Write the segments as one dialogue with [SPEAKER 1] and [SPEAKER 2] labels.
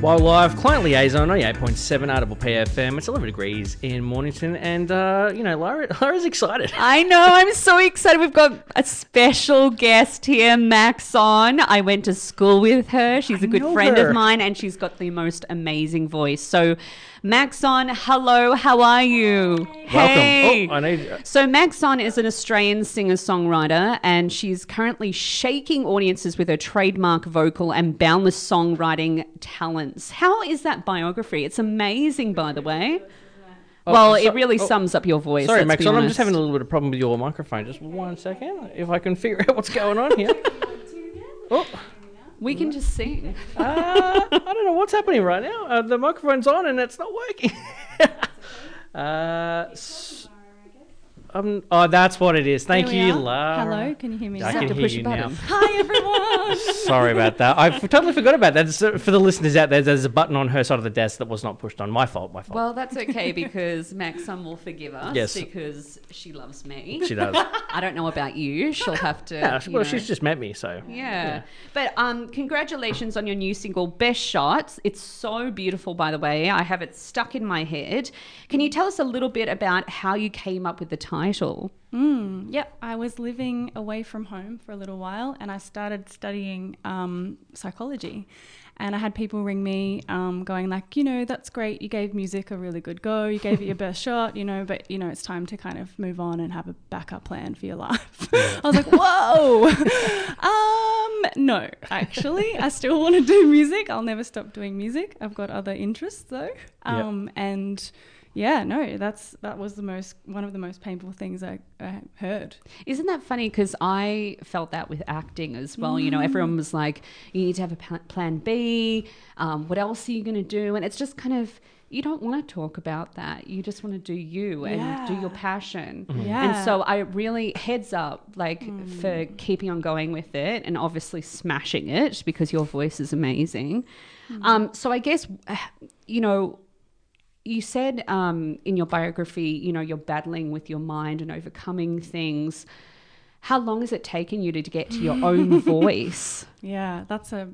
[SPEAKER 1] Wildlife Client Liaison, 98.7 Audible PFM. It's 11 degrees in Mornington, and, uh, you know, Lara, Lara's excited.
[SPEAKER 2] I know. I'm so excited. We've got a special guest here, Max on. I went to school with her. She's a good
[SPEAKER 1] know
[SPEAKER 2] friend
[SPEAKER 1] her.
[SPEAKER 2] of mine, and she's got the most amazing voice. So, Max on, hello. How are you? Hey.
[SPEAKER 1] Welcome. Oh, I need.
[SPEAKER 2] So Maxon is an Australian singer-songwriter, and she's currently shaking audiences with her trademark vocal and boundless songwriting talents. How is that biography? It's amazing, by the way. well,
[SPEAKER 1] so-
[SPEAKER 2] it really
[SPEAKER 1] oh.
[SPEAKER 2] sums up your voice.
[SPEAKER 1] Sorry,
[SPEAKER 2] let's
[SPEAKER 1] Max,
[SPEAKER 2] be
[SPEAKER 1] I'm
[SPEAKER 2] honest.
[SPEAKER 1] just having a little bit of problem with your microphone. Just one second, if I can figure out what's going on here. oh,
[SPEAKER 2] We can just sing.
[SPEAKER 1] uh, I don't know what's happening right now. Uh, the microphone's on and it's not working. uh, s- um, oh, that's what it is. Thank
[SPEAKER 3] Here we
[SPEAKER 1] you,
[SPEAKER 3] are.
[SPEAKER 1] Lara.
[SPEAKER 3] Hello, can you hear me
[SPEAKER 1] I
[SPEAKER 3] now?
[SPEAKER 1] can
[SPEAKER 2] to
[SPEAKER 1] hear
[SPEAKER 2] push
[SPEAKER 1] you
[SPEAKER 2] a button.
[SPEAKER 1] now.
[SPEAKER 3] Hi, everyone.
[SPEAKER 1] Sorry about that. I f- totally forgot about that. So for the listeners out there, there's a button on her side of the desk that was not pushed on. My fault. My fault.
[SPEAKER 2] Well, that's okay because Maxon will forgive us
[SPEAKER 1] Yes.
[SPEAKER 2] because she loves me.
[SPEAKER 1] she does.
[SPEAKER 2] I don't know about you. She'll have to.
[SPEAKER 1] Yeah,
[SPEAKER 2] you
[SPEAKER 1] well,
[SPEAKER 2] know.
[SPEAKER 1] she's just met me, so.
[SPEAKER 2] Yeah. But um, congratulations on your new single, Best Shots. It's so beautiful, by the way. I have it stuck in my head. Can you tell us a little bit about how you came up with the title?
[SPEAKER 3] Mm, yep, I was living away from home for a little while and I started studying um, psychology. And I had people ring me um, going, like, you know, that's great. You gave music a really good go. You gave it your best shot, you know, but, you know, it's time to kind of move on and have a backup plan for your life. I was like, whoa. um, no, actually, I still want to do music. I'll never stop doing music. I've got other interests, though.
[SPEAKER 1] Yeah.
[SPEAKER 3] Um, And yeah, no, that's that was the most one of the most painful things I, I heard.
[SPEAKER 2] Isn't that funny? Because I felt that with acting as well. You know, everyone was like, you need to have a pa- plan B. Um, what else are you going to do? And it's just kind of, you don't want to talk about that. You just want to do you and do your
[SPEAKER 3] Yeah.
[SPEAKER 2] passion.
[SPEAKER 3] Yeah. Mm.
[SPEAKER 2] And so I really heads up like for keeping on going with it and obviously smashing it because your voice is amazing.
[SPEAKER 3] Mm.
[SPEAKER 2] Um, so I guess, uh, you know, you said um, in your biography, you know, you're battling with your mind and overcoming things. How long has it taken you to get to your own voice?
[SPEAKER 3] Yeah, that's a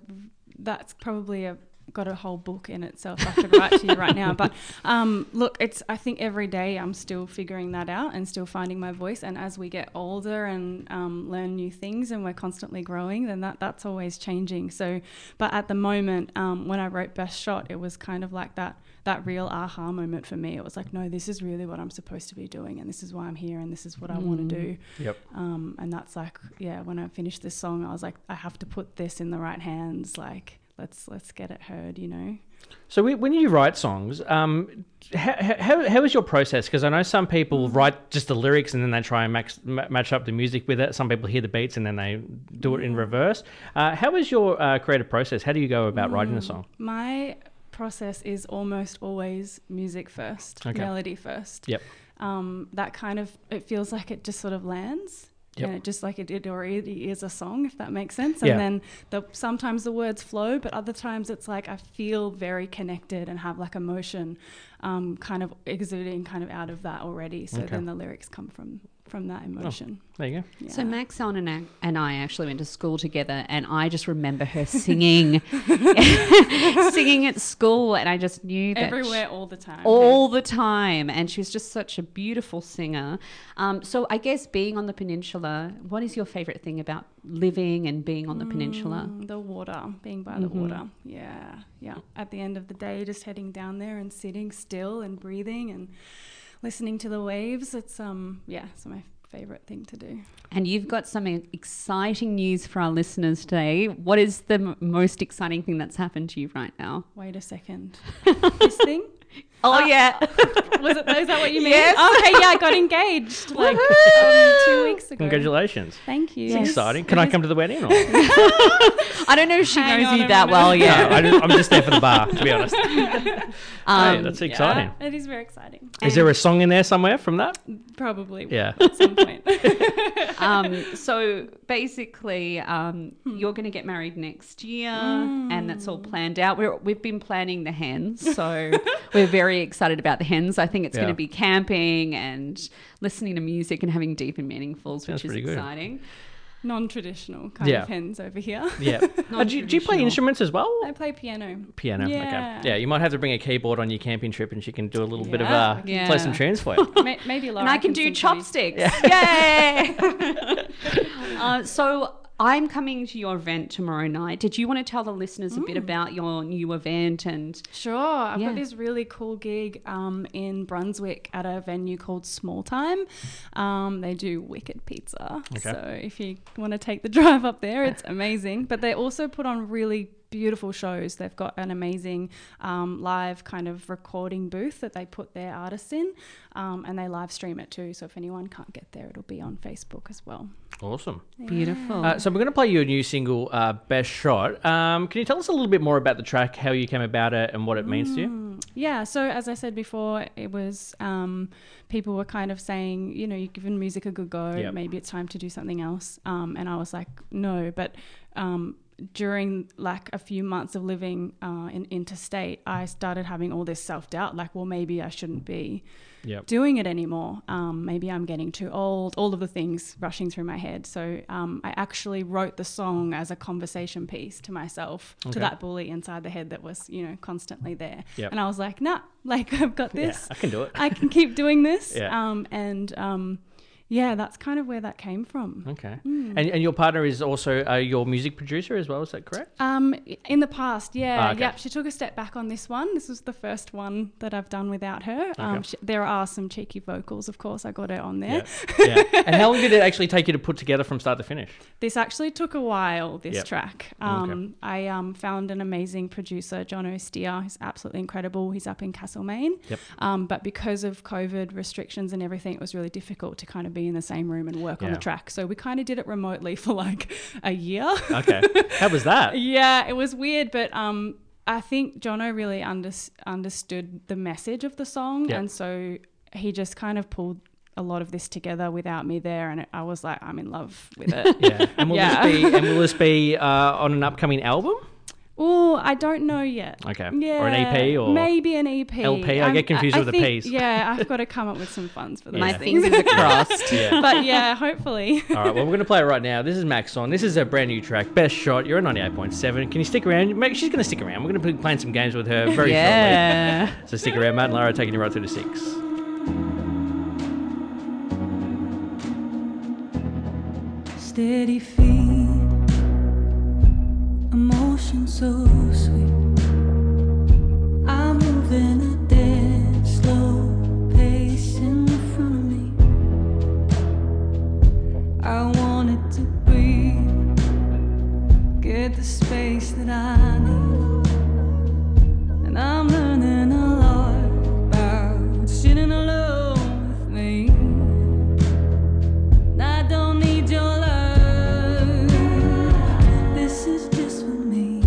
[SPEAKER 3] that's probably a got a whole book in itself I could write to you right now. But um, look, it's I think every day I'm still figuring that out and still finding my voice. And as we get older and um, learn new things and we're constantly growing, then that that's always changing. So, but at the moment um, when I wrote Best Shot, it was kind of like that that real aha moment for me. It was like, no, this is really what I'm supposed to be doing, and this is why I'm here, and this is what I want to do.
[SPEAKER 1] Yep.
[SPEAKER 3] Um, and that's like, yeah, when I finished this song, I was like, I have to put this in the right hands. Like, let's let's get it heard, you know.
[SPEAKER 1] So we, when you write songs, um, how, how, how is your process? Because I know some
[SPEAKER 2] Mm.
[SPEAKER 1] people write just the lyrics and then they try and max, ma- match up the music with it. Some people hear the beats and then they do it in
[SPEAKER 2] Mm.
[SPEAKER 1] reverse. Uh, how is your uh, creative process? How do you go about
[SPEAKER 2] Mm.
[SPEAKER 1] writing a song?
[SPEAKER 3] Mm, My process is almost always music first,
[SPEAKER 1] Okay.
[SPEAKER 3] melody first.
[SPEAKER 1] Yep.
[SPEAKER 3] Um, that kind of it feels like it just sort of lands.
[SPEAKER 1] Yep.
[SPEAKER 3] And it just like it, it already is a song, if that makes sense.
[SPEAKER 1] Yeah.
[SPEAKER 3] And then the, sometimes the words flow, but other times it's like I feel very connected and have like emotion, um, kind of exuding kind of out of that already. So
[SPEAKER 1] Okay. Oh.
[SPEAKER 3] then the lyrics come from from that emotion.
[SPEAKER 1] There you go.
[SPEAKER 3] Yeah.
[SPEAKER 2] So Max on and I, and I actually went to school together, and I just remember her singing, singing at school, and I just knew that
[SPEAKER 3] everywhere all the time.
[SPEAKER 2] all the time. And she was just such a beautiful singer. Um, so I guess being on the peninsula, what is your favorite thing about living and being on the peninsula? Mm-hmm.
[SPEAKER 3] Mm, the water, being by the water. Yeah, yeah. At the end of the day, just heading down there and sitting still and breathing and listening to the waves. It's um, yeah, it's my favorite thing to do.
[SPEAKER 2] And you've got some e-, exciting news for our listeners today. What is the m- most exciting thing that's happened to you right now?
[SPEAKER 3] Wait a second, this thing
[SPEAKER 2] Oh yeah,
[SPEAKER 3] was it? Is that what you meant?
[SPEAKER 2] Yes.
[SPEAKER 3] Okay, yeah, I got engaged like um,
[SPEAKER 2] Woohoo!
[SPEAKER 3] two weeks ago.
[SPEAKER 1] Congratulations.
[SPEAKER 3] Thank you.
[SPEAKER 1] It's exciting. Can I come to the wedding? Or? no,
[SPEAKER 2] I don't know if she
[SPEAKER 3] Hang
[SPEAKER 2] knows
[SPEAKER 3] on
[SPEAKER 2] you
[SPEAKER 3] a
[SPEAKER 2] that
[SPEAKER 3] minute.
[SPEAKER 2] well yet.
[SPEAKER 1] I just, I'm just there for the bar, to be honest. hey,
[SPEAKER 2] Um,
[SPEAKER 1] that's
[SPEAKER 3] Yeah,
[SPEAKER 1] exciting.
[SPEAKER 3] it is very exciting.
[SPEAKER 1] Is there a song in there somewhere from that?
[SPEAKER 3] Probably.
[SPEAKER 1] Yeah.
[SPEAKER 3] At some point.
[SPEAKER 2] um, so basically, um,
[SPEAKER 1] Hmm.
[SPEAKER 2] you're going to get married next year, and that's all planned out. We're, we've been planning the hens, so we're very excited about the hens. I think it's going
[SPEAKER 1] Yeah.
[SPEAKER 2] to be camping and listening to music and having deep and meaningfuls,
[SPEAKER 1] Sounds
[SPEAKER 2] which is
[SPEAKER 1] pretty good.
[SPEAKER 2] exciting.
[SPEAKER 3] non-traditional kind
[SPEAKER 1] Yeah.
[SPEAKER 3] of hens over here.
[SPEAKER 1] Yeah. Uh, do, you- do you play
[SPEAKER 2] Non-traditional.
[SPEAKER 1] instruments as well?
[SPEAKER 3] I play piano.
[SPEAKER 1] Piano.
[SPEAKER 3] Yeah.
[SPEAKER 1] Okay. Yeah, you might have to bring a keyboard on your camping trip, and she can do a little bit of
[SPEAKER 3] Yeah,
[SPEAKER 1] uh,
[SPEAKER 3] we
[SPEAKER 2] can
[SPEAKER 1] play
[SPEAKER 2] do
[SPEAKER 1] some
[SPEAKER 2] that.
[SPEAKER 1] tunes for you.
[SPEAKER 3] May- Maybe Lara
[SPEAKER 2] and I can do
[SPEAKER 3] sing for me.
[SPEAKER 2] chopsticks. Yay! uh, so I'm coming to your event tomorrow night. Did you want to tell the listeners a
[SPEAKER 1] Hmm.
[SPEAKER 2] bit about your new event and
[SPEAKER 3] Sure. I've
[SPEAKER 2] Yeah.
[SPEAKER 3] got this really cool gig um, in Brunswick at a venue called Small Time. Um, they do wicked pizza.
[SPEAKER 1] Okay.
[SPEAKER 3] So if you want to take the drive up there, it's amazing. But they also put on really beautiful shows. They've got an amazing um, live kind of recording booth that they put their artists in um, and they live stream it too. So if anyone can't get there, it'll be on Facebook as well.
[SPEAKER 1] Awesome.
[SPEAKER 2] beautiful?
[SPEAKER 1] Uh, so we're going to play your new single, uh, "Best Shot." Um, can you tell us a little bit more about the track, how you came about it, and what it means to
[SPEAKER 3] Mm.
[SPEAKER 1] you?
[SPEAKER 3] Yeah, so as I said before, it was um, people were kind of saying, you know, you've given music a good go,
[SPEAKER 1] Yep.
[SPEAKER 3] maybe it's time to do something else. Um, and I was like, no, but um, during like a few months of living uh, in interstate, I started having all this self doubt, like, well, maybe I shouldn't be
[SPEAKER 1] Yep.
[SPEAKER 3] doing it anymore. Um, maybe I'm getting too old, all of the things rushing through my head. So um, I actually wrote the song as a conversation piece to myself,
[SPEAKER 1] Okay.
[SPEAKER 3] to that bully inside the head that was, you know, constantly there.
[SPEAKER 1] Yep.
[SPEAKER 3] And I was like, nah, like I've got this.
[SPEAKER 1] Yeah, I can do it.
[SPEAKER 3] I can keep doing this.
[SPEAKER 1] Yeah.
[SPEAKER 3] Um, and um, yeah, that's kind of where that came from.
[SPEAKER 1] Okay. Mm. And, and your partner is also uh, your music producer as well, is that correct?
[SPEAKER 3] Um, in the past, yeah,
[SPEAKER 1] Ah, okay.
[SPEAKER 3] yep. She took a step back on this one. This was the first one that I've done without her. Um,
[SPEAKER 1] Okay.
[SPEAKER 3] sh there are some cheeky vocals, of course. I got her on there.
[SPEAKER 1] yeah. And how long did it actually take you to put together from start to finish?
[SPEAKER 3] This actually took a while, this
[SPEAKER 1] Yep.
[SPEAKER 3] track.
[SPEAKER 1] Okay.
[SPEAKER 3] Um, I um, found an amazing producer, John O'Steer, who's absolutely incredible. He's up in Castlemaine.
[SPEAKER 1] Yep.
[SPEAKER 3] Um, but because of COVID restrictions and everything, it was really difficult to kind of be in the same room and work on
[SPEAKER 1] Yeah.
[SPEAKER 3] the track. So we kind of did it remotely for like a year.
[SPEAKER 1] Okay. how was that?
[SPEAKER 3] yeah, it was weird, but um, I think Jono really under- understood the message of the song,
[SPEAKER 1] Yeah.
[SPEAKER 3] and so he just kind of pulled a lot of this together without me there, and I was like, I'm in love with it.
[SPEAKER 1] Yeah. And will
[SPEAKER 3] Yeah.
[SPEAKER 1] this be and will this be uh, on an upcoming album?
[SPEAKER 3] oh, I don't know yet.
[SPEAKER 1] Okay.
[SPEAKER 3] Yeah,
[SPEAKER 1] Or an EP or
[SPEAKER 3] maybe an EP.
[SPEAKER 1] LP? I
[SPEAKER 3] I'm-
[SPEAKER 1] get confused with the
[SPEAKER 3] think-
[SPEAKER 1] Ps.
[SPEAKER 3] Yeah, I've got to come up with some funds for those
[SPEAKER 2] My
[SPEAKER 1] Yeah.
[SPEAKER 2] fingers
[SPEAKER 3] things.
[SPEAKER 2] are crossed.
[SPEAKER 1] Yeah.
[SPEAKER 3] but yeah, hopefully.
[SPEAKER 1] All right, well, we're going to play it right now. This is Max on. This is a brand new track, Best Shot. You're at 98.7. Can you stick around? Mate, She's going to stick around. We're going to be playing some games with her very
[SPEAKER 2] yeah.
[SPEAKER 1] shortly. So stick around. Matt and Lara are taking you right through to six.
[SPEAKER 4] steady feet, emotion so sweet. I'm moving at dead slow pace in front of me. I wanted to breathe, get the space that I need, and I'm learning a lot about sitting alone with me. I don't need your love. This is just for me.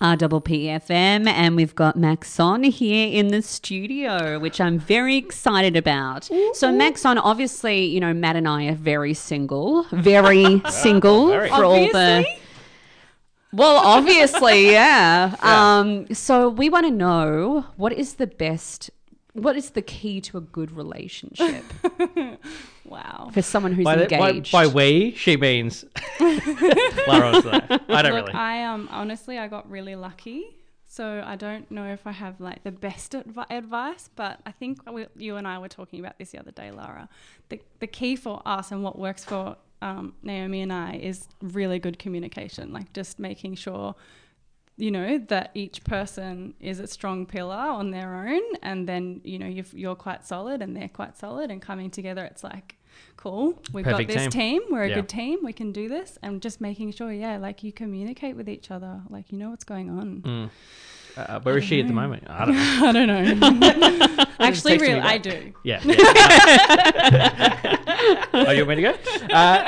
[SPEAKER 2] RPPFM, and we've got Maxon here in the studio, which I'm very excited about. So, Maxon, obviously, you know, Matt and I are very single, very single
[SPEAKER 1] very.
[SPEAKER 2] for all the.
[SPEAKER 3] Obviously?
[SPEAKER 2] Well, obviously, yeah. Um, so we want to know what is the best, what is the key to a good relationship
[SPEAKER 3] Wow.
[SPEAKER 2] for someone who's
[SPEAKER 1] By, the, by,
[SPEAKER 2] engaged?
[SPEAKER 1] by we, she means Lara was there. I don't
[SPEAKER 3] Look,
[SPEAKER 1] really.
[SPEAKER 3] I um honestly I got really lucky. So I don't know if I have like the best advi- advice, but I think we, you and I were talking about this the other day, Lara. The the key for us and what works for um, Naomi and I is really good communication, like just making sure you know that each person is a strong pillar on their own and then you know you've, you're quite solid and they're quite solid and coming together it's like cool we've
[SPEAKER 1] Perfect
[SPEAKER 3] got this
[SPEAKER 1] team.
[SPEAKER 3] team, we're a
[SPEAKER 1] Yeah.
[SPEAKER 3] good team we can do this and just making sure yeah like you communicate with each other like you know what's going on
[SPEAKER 1] Mm. Uh, where is she at the moment? I don't know.
[SPEAKER 3] i don't know actually
[SPEAKER 1] Text me
[SPEAKER 3] really i
[SPEAKER 1] back.
[SPEAKER 3] do
[SPEAKER 1] Yeah. yeah. oh, you want me to go? Uh,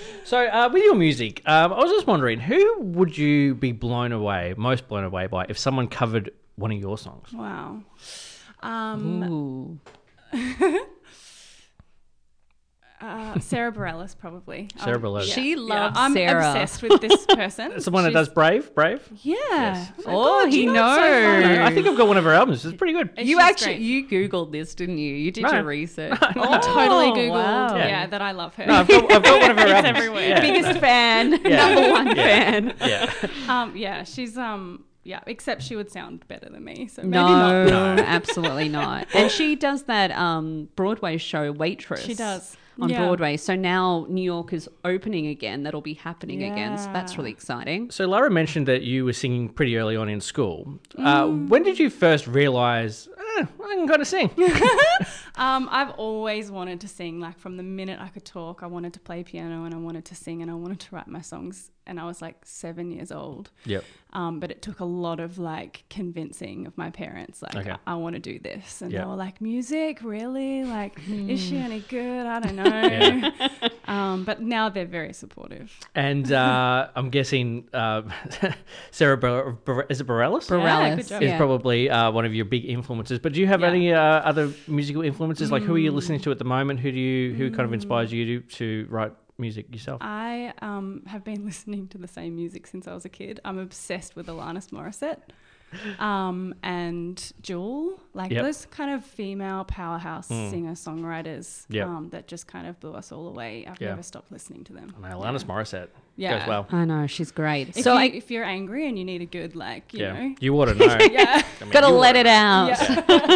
[SPEAKER 1] so, uh, with your music, um, I was just wondering, who would you be blown away, most blown away by, if someone covered one of your songs?
[SPEAKER 3] wow um
[SPEAKER 2] Ooh.
[SPEAKER 3] uh, sarah bareilles probably
[SPEAKER 1] Sarah Bareilles.
[SPEAKER 2] She loves
[SPEAKER 3] i'm
[SPEAKER 2] Sarah.
[SPEAKER 3] obsessed with this person
[SPEAKER 1] It's the one that
[SPEAKER 3] She's-
[SPEAKER 1] does Brave, Brave.
[SPEAKER 3] yeah
[SPEAKER 1] Yes.
[SPEAKER 3] my
[SPEAKER 2] Oh,
[SPEAKER 3] God,
[SPEAKER 2] he
[SPEAKER 3] you know it's so
[SPEAKER 2] knows.
[SPEAKER 3] funny.
[SPEAKER 1] I think I've got one of her albums. It's pretty good.
[SPEAKER 3] And
[SPEAKER 2] You
[SPEAKER 3] she's
[SPEAKER 2] actually
[SPEAKER 3] great.
[SPEAKER 2] you googled this, didn't you? You did
[SPEAKER 1] No.
[SPEAKER 2] your research.
[SPEAKER 3] I totally
[SPEAKER 2] Oh,
[SPEAKER 3] googled
[SPEAKER 2] wow.
[SPEAKER 3] yeah.
[SPEAKER 1] Yeah.
[SPEAKER 3] that I love her.
[SPEAKER 1] No, I've got, I've got one of her albums.
[SPEAKER 3] everywhere.
[SPEAKER 1] Yeah.
[SPEAKER 2] Biggest fan, number one fan.
[SPEAKER 1] Yeah.
[SPEAKER 3] um, yeah, she's um, yeah. Except she would sound better than me, so maybe
[SPEAKER 2] No,
[SPEAKER 3] not.
[SPEAKER 1] not. No.
[SPEAKER 2] absolutely not. And she does that um, Broadway show, Waitress.
[SPEAKER 3] She does.
[SPEAKER 2] on
[SPEAKER 3] Yeah.
[SPEAKER 2] Broadway. So now New York is opening again. That'll be happening again. So that's
[SPEAKER 3] Yeah.
[SPEAKER 2] really exciting.
[SPEAKER 1] So Lara mentioned that you were singing pretty early on in school. Uh,
[SPEAKER 3] Mm.
[SPEAKER 1] when did you first realise eh, I can kind of sing?
[SPEAKER 3] Um, I've always wanted to sing. Like from the minute I could talk, I wanted to play piano and I wanted to sing and I wanted to write my songs. And I was like seven years old.
[SPEAKER 1] Yep.
[SPEAKER 3] Um, but it took a lot of like convincing of my parents, like,
[SPEAKER 1] Okay.
[SPEAKER 3] I, want to do this. And
[SPEAKER 1] Yeah.
[SPEAKER 3] they were like, music, really? Like, is she any good? I don't know.
[SPEAKER 1] Yeah.
[SPEAKER 3] um, but now they're very supportive.
[SPEAKER 1] And uh, I'm guessing uh, Sarah Bar- Bar- is it Bareilles?
[SPEAKER 3] Yeah,
[SPEAKER 2] Borellis.
[SPEAKER 3] good job.
[SPEAKER 1] is probably uh, one of your big influences. But do you have
[SPEAKER 3] Yeah.
[SPEAKER 1] any uh, other musical influences? Like who are you listening to at the moment? Who do you who kind of inspires you to, to write music yourself?
[SPEAKER 3] I um, have been listening to the same music since I was a kid. I'm obsessed with Alanis Morissette um, and Jewel, like
[SPEAKER 1] Yep. Hmm.
[SPEAKER 3] those kind of female powerhouse singer songwriters
[SPEAKER 1] Yep.
[SPEAKER 3] um, that just kind of blew us all away. I've
[SPEAKER 1] Yeah.
[SPEAKER 3] never stopped listening to them.
[SPEAKER 1] Man, Alanis Morissette
[SPEAKER 3] Yeah.
[SPEAKER 1] goes well.
[SPEAKER 2] I know she's great.
[SPEAKER 3] If
[SPEAKER 2] so
[SPEAKER 3] you,
[SPEAKER 2] I
[SPEAKER 3] if you're angry and you need a good, like, you
[SPEAKER 1] yeah,
[SPEAKER 3] know,
[SPEAKER 1] you ought to know.
[SPEAKER 3] yeah,
[SPEAKER 1] I mean,
[SPEAKER 2] gotta
[SPEAKER 1] you
[SPEAKER 2] let
[SPEAKER 1] oughta
[SPEAKER 2] it
[SPEAKER 1] know.
[SPEAKER 2] out.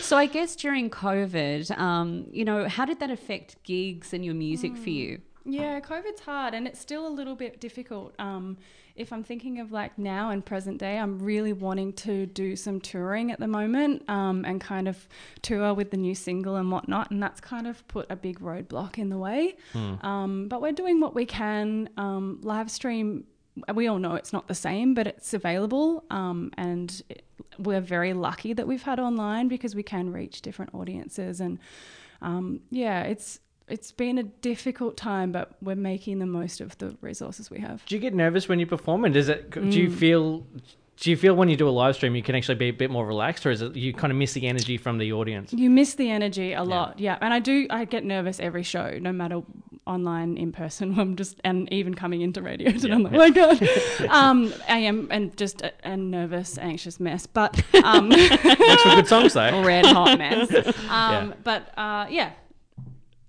[SPEAKER 2] so I guess during COVID, um, you know, how did that affect gigs and your music
[SPEAKER 3] Hmm.
[SPEAKER 2] for you?
[SPEAKER 3] Yeah, COVID's hard and it's still a little bit difficult. Um, if I'm thinking of like now and present day, I'm really wanting to do some touring at the moment um, and kind of tour with the new single and whatnot. And that's kind of put a big roadblock in the way. Um, but we're doing what we can. Um, live stream, we all know it's not the same, but it's available. Um, and it, we're very lucky that we've had online because we can reach different audiences and um, yeah, it's it's been a difficult time, but we're making the most of the resources we have.
[SPEAKER 1] Do you get nervous when you perform? And does it? Do
[SPEAKER 3] Mm.
[SPEAKER 1] you feel? Do you feel when you do a live stream you can actually be a bit more relaxed, or is it you kind of miss the energy from the audience?
[SPEAKER 3] You miss the energy a lot, yeah. And I do. I get nervous every show, no matter online, in person. I'm just, and even coming into radio, and I'm like, oh my god, um, I am, and just a, a nervous, anxious mess. But um,
[SPEAKER 1] Makes for good songs though.
[SPEAKER 2] Red hot mess.
[SPEAKER 3] um, but uh, yeah,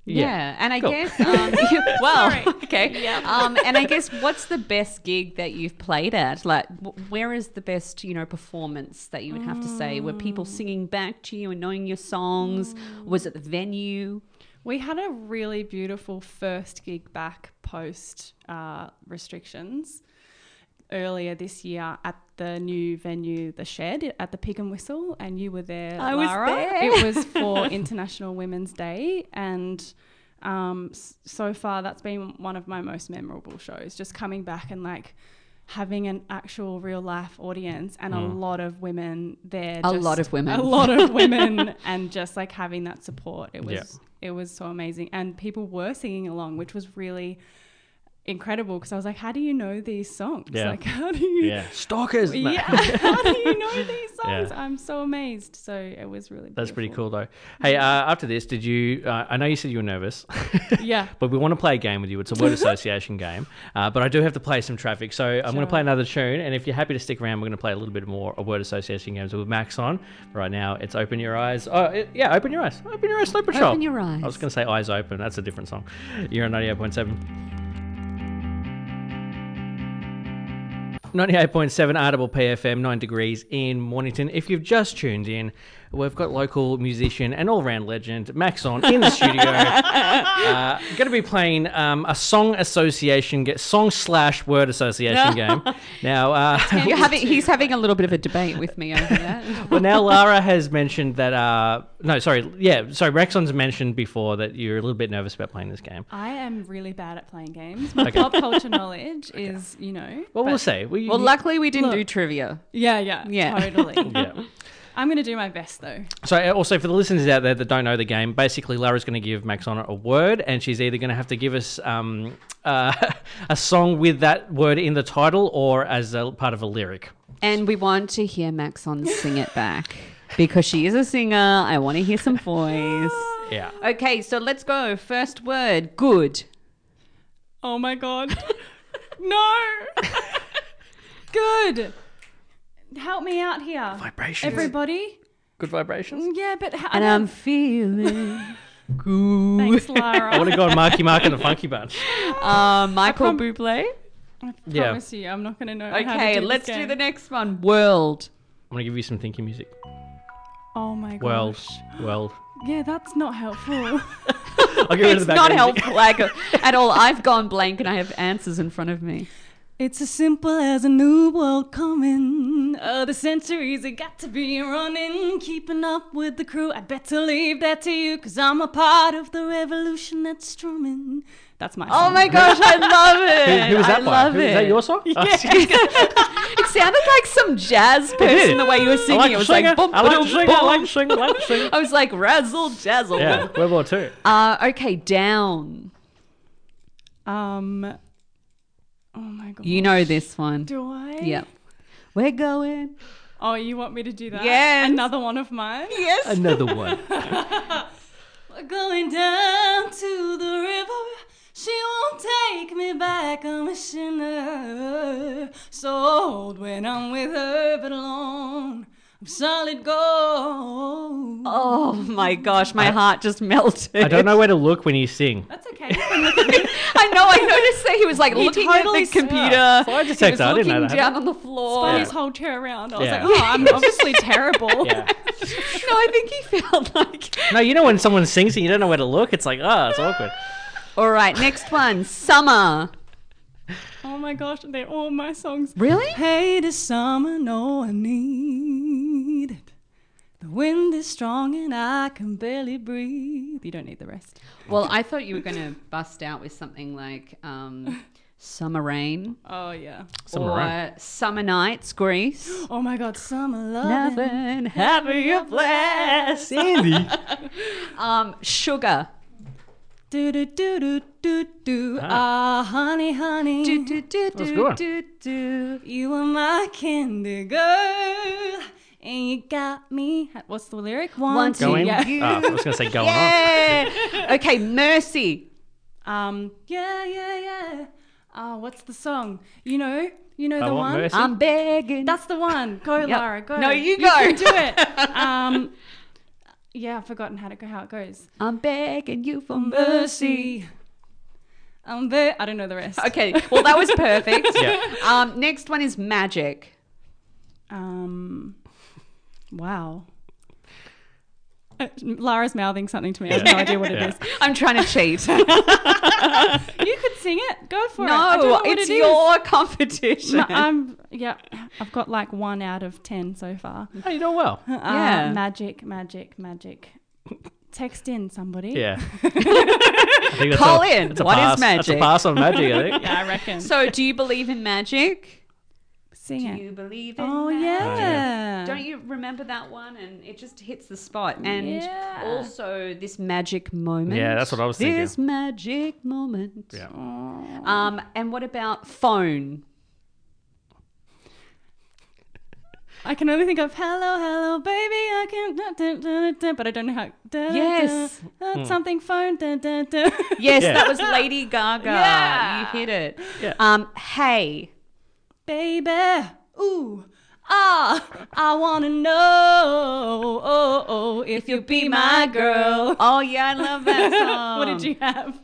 [SPEAKER 2] Yeah. and I guess um, well, okay. Um, and I guess what's the best gig that you've played at? Like, w- where is the best you know performance that you would have to say? Were people singing back to you and knowing your songs? Was it the venue?
[SPEAKER 3] We had a really beautiful first gig back post uh, restrictions earlier this year at the new venue, The Shed, at the Pig and Whistle, and you were there.
[SPEAKER 2] I was
[SPEAKER 3] Lara.
[SPEAKER 2] there.
[SPEAKER 3] It was for International Women's Day, and um, s- so far that's been one of my most memorable shows. Just coming back and like having an actual real life audience and a lot of women there.
[SPEAKER 2] A
[SPEAKER 3] just-
[SPEAKER 2] lot of women.
[SPEAKER 3] A lot of women, and just like having that support. It was
[SPEAKER 1] Yeah.
[SPEAKER 3] it was so amazing and people were singing along which was really incredible because I was like, how do you know these songs?
[SPEAKER 1] Yeah.
[SPEAKER 3] Like, how do you?
[SPEAKER 1] Yeah. Stalkers. No.
[SPEAKER 3] Yeah, how do you know these
[SPEAKER 1] Yeah.
[SPEAKER 3] songs? I'm so amazed. So it was really.
[SPEAKER 1] That's pretty
[SPEAKER 3] beautiful.
[SPEAKER 1] cool, though. Hey, uh, after this, did you? Uh, I know you said you were nervous.
[SPEAKER 3] Yeah.
[SPEAKER 1] But we want to play a game with you. It's a word association game. Uh, but I do have to play some traffic. So I'm going
[SPEAKER 3] Sure.
[SPEAKER 1] to play another tune. And if you're happy to stick around, we're going to play a little bit more of word association games with Max on. But right now, it's Open Your Eyes. Oh, it- yeah, Open Your Eyes. Open Your Eyes, Slow Patrol.
[SPEAKER 2] Open Your Eyes.
[SPEAKER 1] I was going to say Eyes Open. That's a different song. You're on 98.7. 98.7 Audible PFM, 9 degrees in Mornington. If you've just tuned in, we've got local musician and all round legend Max on in the studio. uh, going to be playing um, a song association, ga- song slash word association game. Now, uh,
[SPEAKER 2] You're having, he's having a little bit of a debate with me over that.
[SPEAKER 1] well, now Lara has mentioned that, uh, no, sorry, yeah, sorry, Maxon's mentioned before that you're a little bit nervous about playing this game.
[SPEAKER 3] I am really bad at playing games. My
[SPEAKER 1] Okay.
[SPEAKER 3] pop culture knowledge is, you know.
[SPEAKER 1] Well,
[SPEAKER 3] but-
[SPEAKER 1] we'll see. We,
[SPEAKER 2] Well, luckily we didn't do
[SPEAKER 3] Look.
[SPEAKER 2] trivia.
[SPEAKER 3] Yeah, yeah,
[SPEAKER 2] Yeah.
[SPEAKER 3] totally.
[SPEAKER 1] yeah.
[SPEAKER 3] I'm going to do my best though.
[SPEAKER 1] So, uh, also for the listeners out there that don't know the game, basically Lara's going to give Max on a word, and she's either going to have to give us um, uh, a song with that word in the title or as a, part of a lyric.
[SPEAKER 2] And we want to hear Maxon sing it back because she is a singer. I want to hear some voice.
[SPEAKER 1] Yeah.
[SPEAKER 2] Okay, so let's go. First word, good.
[SPEAKER 3] Oh my god. no. Good. Help me out here.
[SPEAKER 1] Vibrations.
[SPEAKER 3] Everybody.
[SPEAKER 1] Good vibrations.
[SPEAKER 3] Yeah, but how,
[SPEAKER 2] And I'm feeling.
[SPEAKER 1] Good.
[SPEAKER 3] thanks,
[SPEAKER 1] I would
[SPEAKER 3] Lara.
[SPEAKER 1] have gone Marky Mark and the Funky Bunch.
[SPEAKER 2] Uh, Michael
[SPEAKER 3] prom-
[SPEAKER 2] Bublé.
[SPEAKER 1] Yeah.
[SPEAKER 3] Promise you, I'm not going to know. how to
[SPEAKER 2] Okay,
[SPEAKER 3] do this
[SPEAKER 2] let's do
[SPEAKER 3] game.
[SPEAKER 2] the next one. World.
[SPEAKER 1] I'm going to give you some thinking music.
[SPEAKER 3] Oh my god.
[SPEAKER 1] World. World.
[SPEAKER 3] Yeah, that's not helpful.
[SPEAKER 1] I'll get rid of
[SPEAKER 2] It's
[SPEAKER 1] the
[SPEAKER 2] not
[SPEAKER 1] background music.
[SPEAKER 2] helpful like, at all. I've gone blank and I have answers in front of me.
[SPEAKER 3] It's as simple as a new world coming. Other centuries have got to be running. Keeping up with the crew, I'd better leave that to you, cause I'm a part of the revolution that's strumming. That's my
[SPEAKER 2] Oh
[SPEAKER 3] song.
[SPEAKER 2] my gosh, I love
[SPEAKER 1] Who,
[SPEAKER 2] it.
[SPEAKER 1] who was that
[SPEAKER 2] I
[SPEAKER 1] by?
[SPEAKER 2] love
[SPEAKER 1] Who-
[SPEAKER 2] it.
[SPEAKER 1] Is that your song?
[SPEAKER 2] It sounded like some jazz person the way you were
[SPEAKER 1] I
[SPEAKER 2] singing.
[SPEAKER 1] like
[SPEAKER 2] it
[SPEAKER 1] to
[SPEAKER 2] was
[SPEAKER 1] sing.
[SPEAKER 2] like, boom,
[SPEAKER 1] I like to
[SPEAKER 2] boom,
[SPEAKER 1] sing. I like
[SPEAKER 2] boom.
[SPEAKER 1] to sing. I like to sing.
[SPEAKER 2] I was like razzle dazzle.
[SPEAKER 1] Yeah, World War Two.
[SPEAKER 2] Uh, okay, down.
[SPEAKER 3] Um. Oh my god.
[SPEAKER 2] You know this one.
[SPEAKER 3] Do I?
[SPEAKER 2] Yep. We're going.
[SPEAKER 3] Oh, you want me to do that?
[SPEAKER 2] Yes.
[SPEAKER 3] Another one of mine?
[SPEAKER 2] Yes.
[SPEAKER 1] Another one.
[SPEAKER 3] We're going down to the river. She won't take me back. I'm a sinner. So old when I'm with her, but alone. I'm solid gold.
[SPEAKER 2] Oh my gosh, my heart just melted.
[SPEAKER 1] I don't know where to look when you sing.
[SPEAKER 3] That's okay. You can look at me.
[SPEAKER 2] I know. I noticed that he was like looking
[SPEAKER 3] totally
[SPEAKER 2] at
[SPEAKER 3] saw.
[SPEAKER 2] the computer.
[SPEAKER 1] Fire
[SPEAKER 2] He was
[SPEAKER 1] detector, I didn't know
[SPEAKER 2] looking
[SPEAKER 1] that.
[SPEAKER 2] down on the floor.
[SPEAKER 3] Spun
[SPEAKER 1] Yeah.
[SPEAKER 3] his whole chair around. I was
[SPEAKER 1] Yeah.
[SPEAKER 3] like, oh, I'm obviously terrible.
[SPEAKER 1] Yeah.
[SPEAKER 2] No, I think he felt like.
[SPEAKER 1] No, you know when someone sings and you don't know where to look, it's like, ah, it's awkward.
[SPEAKER 2] All right, next one. Summer.
[SPEAKER 3] Oh my gosh, they're all my songs.
[SPEAKER 2] Really?
[SPEAKER 3] Hey, this summer, no, I need it. The wind is strong and I can barely breathe. You don't need the rest.
[SPEAKER 2] Well, I thought you were going to bust out with something like um, summer rain
[SPEAKER 3] Oh, yeah.
[SPEAKER 1] Summer
[SPEAKER 2] or
[SPEAKER 1] rain.
[SPEAKER 2] summer nights, Greece.
[SPEAKER 3] Oh my God, summer love.
[SPEAKER 2] Nothing happier place.
[SPEAKER 1] Sandy.
[SPEAKER 2] Um, sugar.
[SPEAKER 3] Do do do do do do. Ah, honey, honey.
[SPEAKER 2] Do, do, do,
[SPEAKER 1] was a
[SPEAKER 2] do,
[SPEAKER 1] good one.
[SPEAKER 2] do, do.
[SPEAKER 3] You were my candy girl. And you got me. What's the lyric? One,
[SPEAKER 2] Want
[SPEAKER 3] two,
[SPEAKER 2] to
[SPEAKER 1] Going?
[SPEAKER 3] yeah.
[SPEAKER 1] Ah, I was going to say going
[SPEAKER 2] Yeah. Okay, mercy.
[SPEAKER 3] Um, yeah, yeah, yeah. Oh, what's the song? You know, you know
[SPEAKER 1] on. I
[SPEAKER 3] the
[SPEAKER 1] want
[SPEAKER 3] one.
[SPEAKER 1] mercy.
[SPEAKER 2] I'm begging.
[SPEAKER 3] That's the one. Go,
[SPEAKER 2] Yep.
[SPEAKER 3] Lara. Go.
[SPEAKER 2] No, you go.
[SPEAKER 3] can do it. um, yeah, I've forgotten how to go, how it goes.
[SPEAKER 2] I'm begging you for mercy.
[SPEAKER 3] Um, the, I don't know the rest.
[SPEAKER 2] Okay, well that was perfect.
[SPEAKER 1] Yeah.
[SPEAKER 2] Um, next one is magic.
[SPEAKER 3] Um, wow. Uh, Lara's mouthing something to me. I have no idea what it
[SPEAKER 1] Yeah.
[SPEAKER 3] is.
[SPEAKER 2] I'm trying to cheat.
[SPEAKER 3] You could sing it. Go for it. I don't know
[SPEAKER 2] no,
[SPEAKER 3] what
[SPEAKER 2] it's
[SPEAKER 3] it is.
[SPEAKER 2] your competition.
[SPEAKER 3] Ma- um, yeah, I've got like one out of ten so far.
[SPEAKER 1] Oh, you're doing well.
[SPEAKER 2] Yeah.
[SPEAKER 3] Ah, magic, magic, magic. Text in somebody.
[SPEAKER 1] Yeah. I think that's
[SPEAKER 2] Call
[SPEAKER 1] a-
[SPEAKER 2] in.
[SPEAKER 1] that's a
[SPEAKER 2] What is
[SPEAKER 1] pass. That's a
[SPEAKER 2] magic?
[SPEAKER 1] pass on magic, I think.
[SPEAKER 3] Yeah, I reckon.
[SPEAKER 2] so, do you believe in magic?
[SPEAKER 3] Sing
[SPEAKER 2] Do
[SPEAKER 3] it.
[SPEAKER 2] you believe in
[SPEAKER 3] oh
[SPEAKER 2] magic?
[SPEAKER 3] yeah.
[SPEAKER 2] Don't you remember that one? And it just hits the spot. And
[SPEAKER 3] Yeah.
[SPEAKER 2] also this magic moment.
[SPEAKER 1] Yeah, that's what I was thinking.
[SPEAKER 2] This magic moment.
[SPEAKER 1] Yeah.
[SPEAKER 2] Um, and what about phone?
[SPEAKER 3] I can only think of hello, hello, baby. I can, da, da, da, da, but I don't know how. Da, da,
[SPEAKER 2] Yes.
[SPEAKER 3] da, uh, Something phone. Da, da, da.
[SPEAKER 2] Yes,
[SPEAKER 1] Yeah.
[SPEAKER 2] that was Lady Gaga.
[SPEAKER 3] Yeah.
[SPEAKER 2] You hit it.
[SPEAKER 1] Yeah.
[SPEAKER 2] Um, hey.
[SPEAKER 3] baby. Ooh. Ah, I wanna know oh, oh, if, you be my Oh. girl.
[SPEAKER 2] Oh yeah, I love that song.
[SPEAKER 3] what did you have?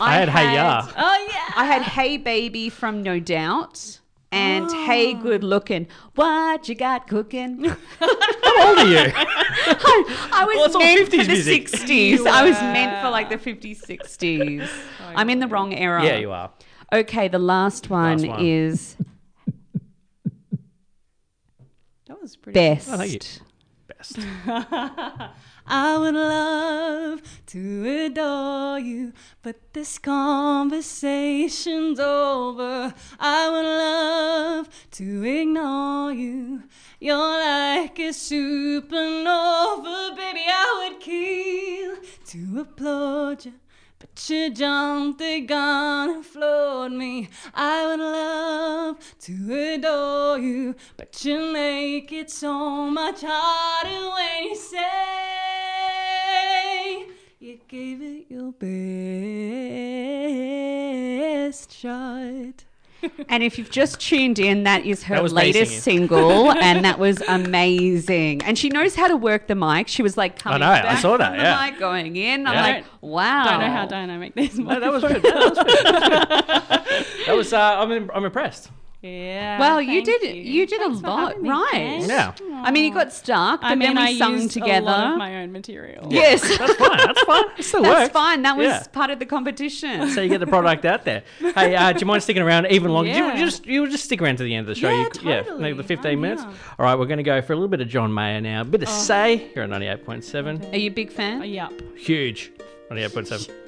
[SPEAKER 1] I had Hey Ya.
[SPEAKER 3] Oh yeah.
[SPEAKER 2] I had Hey Baby from No Doubt and
[SPEAKER 3] Oh.
[SPEAKER 2] Hey Good Looking. What you got cooking?
[SPEAKER 1] How old are you?
[SPEAKER 2] I was
[SPEAKER 1] Well, it's all
[SPEAKER 2] meant for
[SPEAKER 1] 50s
[SPEAKER 2] the
[SPEAKER 1] music.
[SPEAKER 2] 60s. I was meant for like the 50s, 60s.
[SPEAKER 3] Oh,
[SPEAKER 2] I'm in the wrong era.
[SPEAKER 3] Uh-huh.
[SPEAKER 1] yeah, you are.
[SPEAKER 2] Okay, the last one,
[SPEAKER 1] Last one.
[SPEAKER 2] is
[SPEAKER 3] That was pretty.
[SPEAKER 2] best.
[SPEAKER 1] thank you. Best.
[SPEAKER 3] I would love to adore you, but this conversation's over. I would love to ignore you. You're like a supernova, baby. I would kill to applaud you. But you jumped the gun and floored me. I would love to adore you, but you make it so much harder when you say you gave it your best shot.
[SPEAKER 2] And if you've just tuned in, that is her
[SPEAKER 1] That was me
[SPEAKER 2] latest
[SPEAKER 1] singing.
[SPEAKER 2] single, and that was amazing. And she knows how to work the mic. She was like coming
[SPEAKER 1] know, I
[SPEAKER 2] back
[SPEAKER 1] saw that,
[SPEAKER 2] from the
[SPEAKER 1] yeah.
[SPEAKER 2] mic, going in. I'm
[SPEAKER 1] Yeah.
[SPEAKER 2] like, wow.
[SPEAKER 3] I don't know how dynamic this was.
[SPEAKER 1] No, that was good. That was good. That was, uh, I'm, im- I'm impressed.
[SPEAKER 3] yeah.
[SPEAKER 2] Well, you
[SPEAKER 3] thank
[SPEAKER 2] did you did
[SPEAKER 3] Thanks
[SPEAKER 2] a
[SPEAKER 3] for
[SPEAKER 2] lot,
[SPEAKER 3] having me,
[SPEAKER 2] right?
[SPEAKER 3] Jen.
[SPEAKER 1] Yeah.
[SPEAKER 2] I mean, you got stuck, but
[SPEAKER 3] I mean,
[SPEAKER 2] then we
[SPEAKER 3] I
[SPEAKER 2] sung
[SPEAKER 3] used
[SPEAKER 2] together.
[SPEAKER 3] a lot of my own material.
[SPEAKER 2] yes,
[SPEAKER 1] That's fine. That's fine. It still
[SPEAKER 2] that's
[SPEAKER 1] worked.
[SPEAKER 2] fine. That was
[SPEAKER 1] Yeah.
[SPEAKER 2] part of the competition.
[SPEAKER 1] So you get the product out there. Hey, uh, do you mind sticking around even longer? Do you-
[SPEAKER 3] Yeah.
[SPEAKER 1] You, just you just stick around to the end of the show.
[SPEAKER 3] Yeah,
[SPEAKER 1] you,
[SPEAKER 3] totally.
[SPEAKER 1] like the
[SPEAKER 3] Oh,
[SPEAKER 1] fifteen minutes.
[SPEAKER 3] yeah. Oh.
[SPEAKER 1] All right, we're going to go for a little bit of John Mayer now. A bit of Say. You're at ninety eight point seven.
[SPEAKER 2] Are you a big fan?
[SPEAKER 3] Yep.
[SPEAKER 1] Huge. Ninety eight point seven.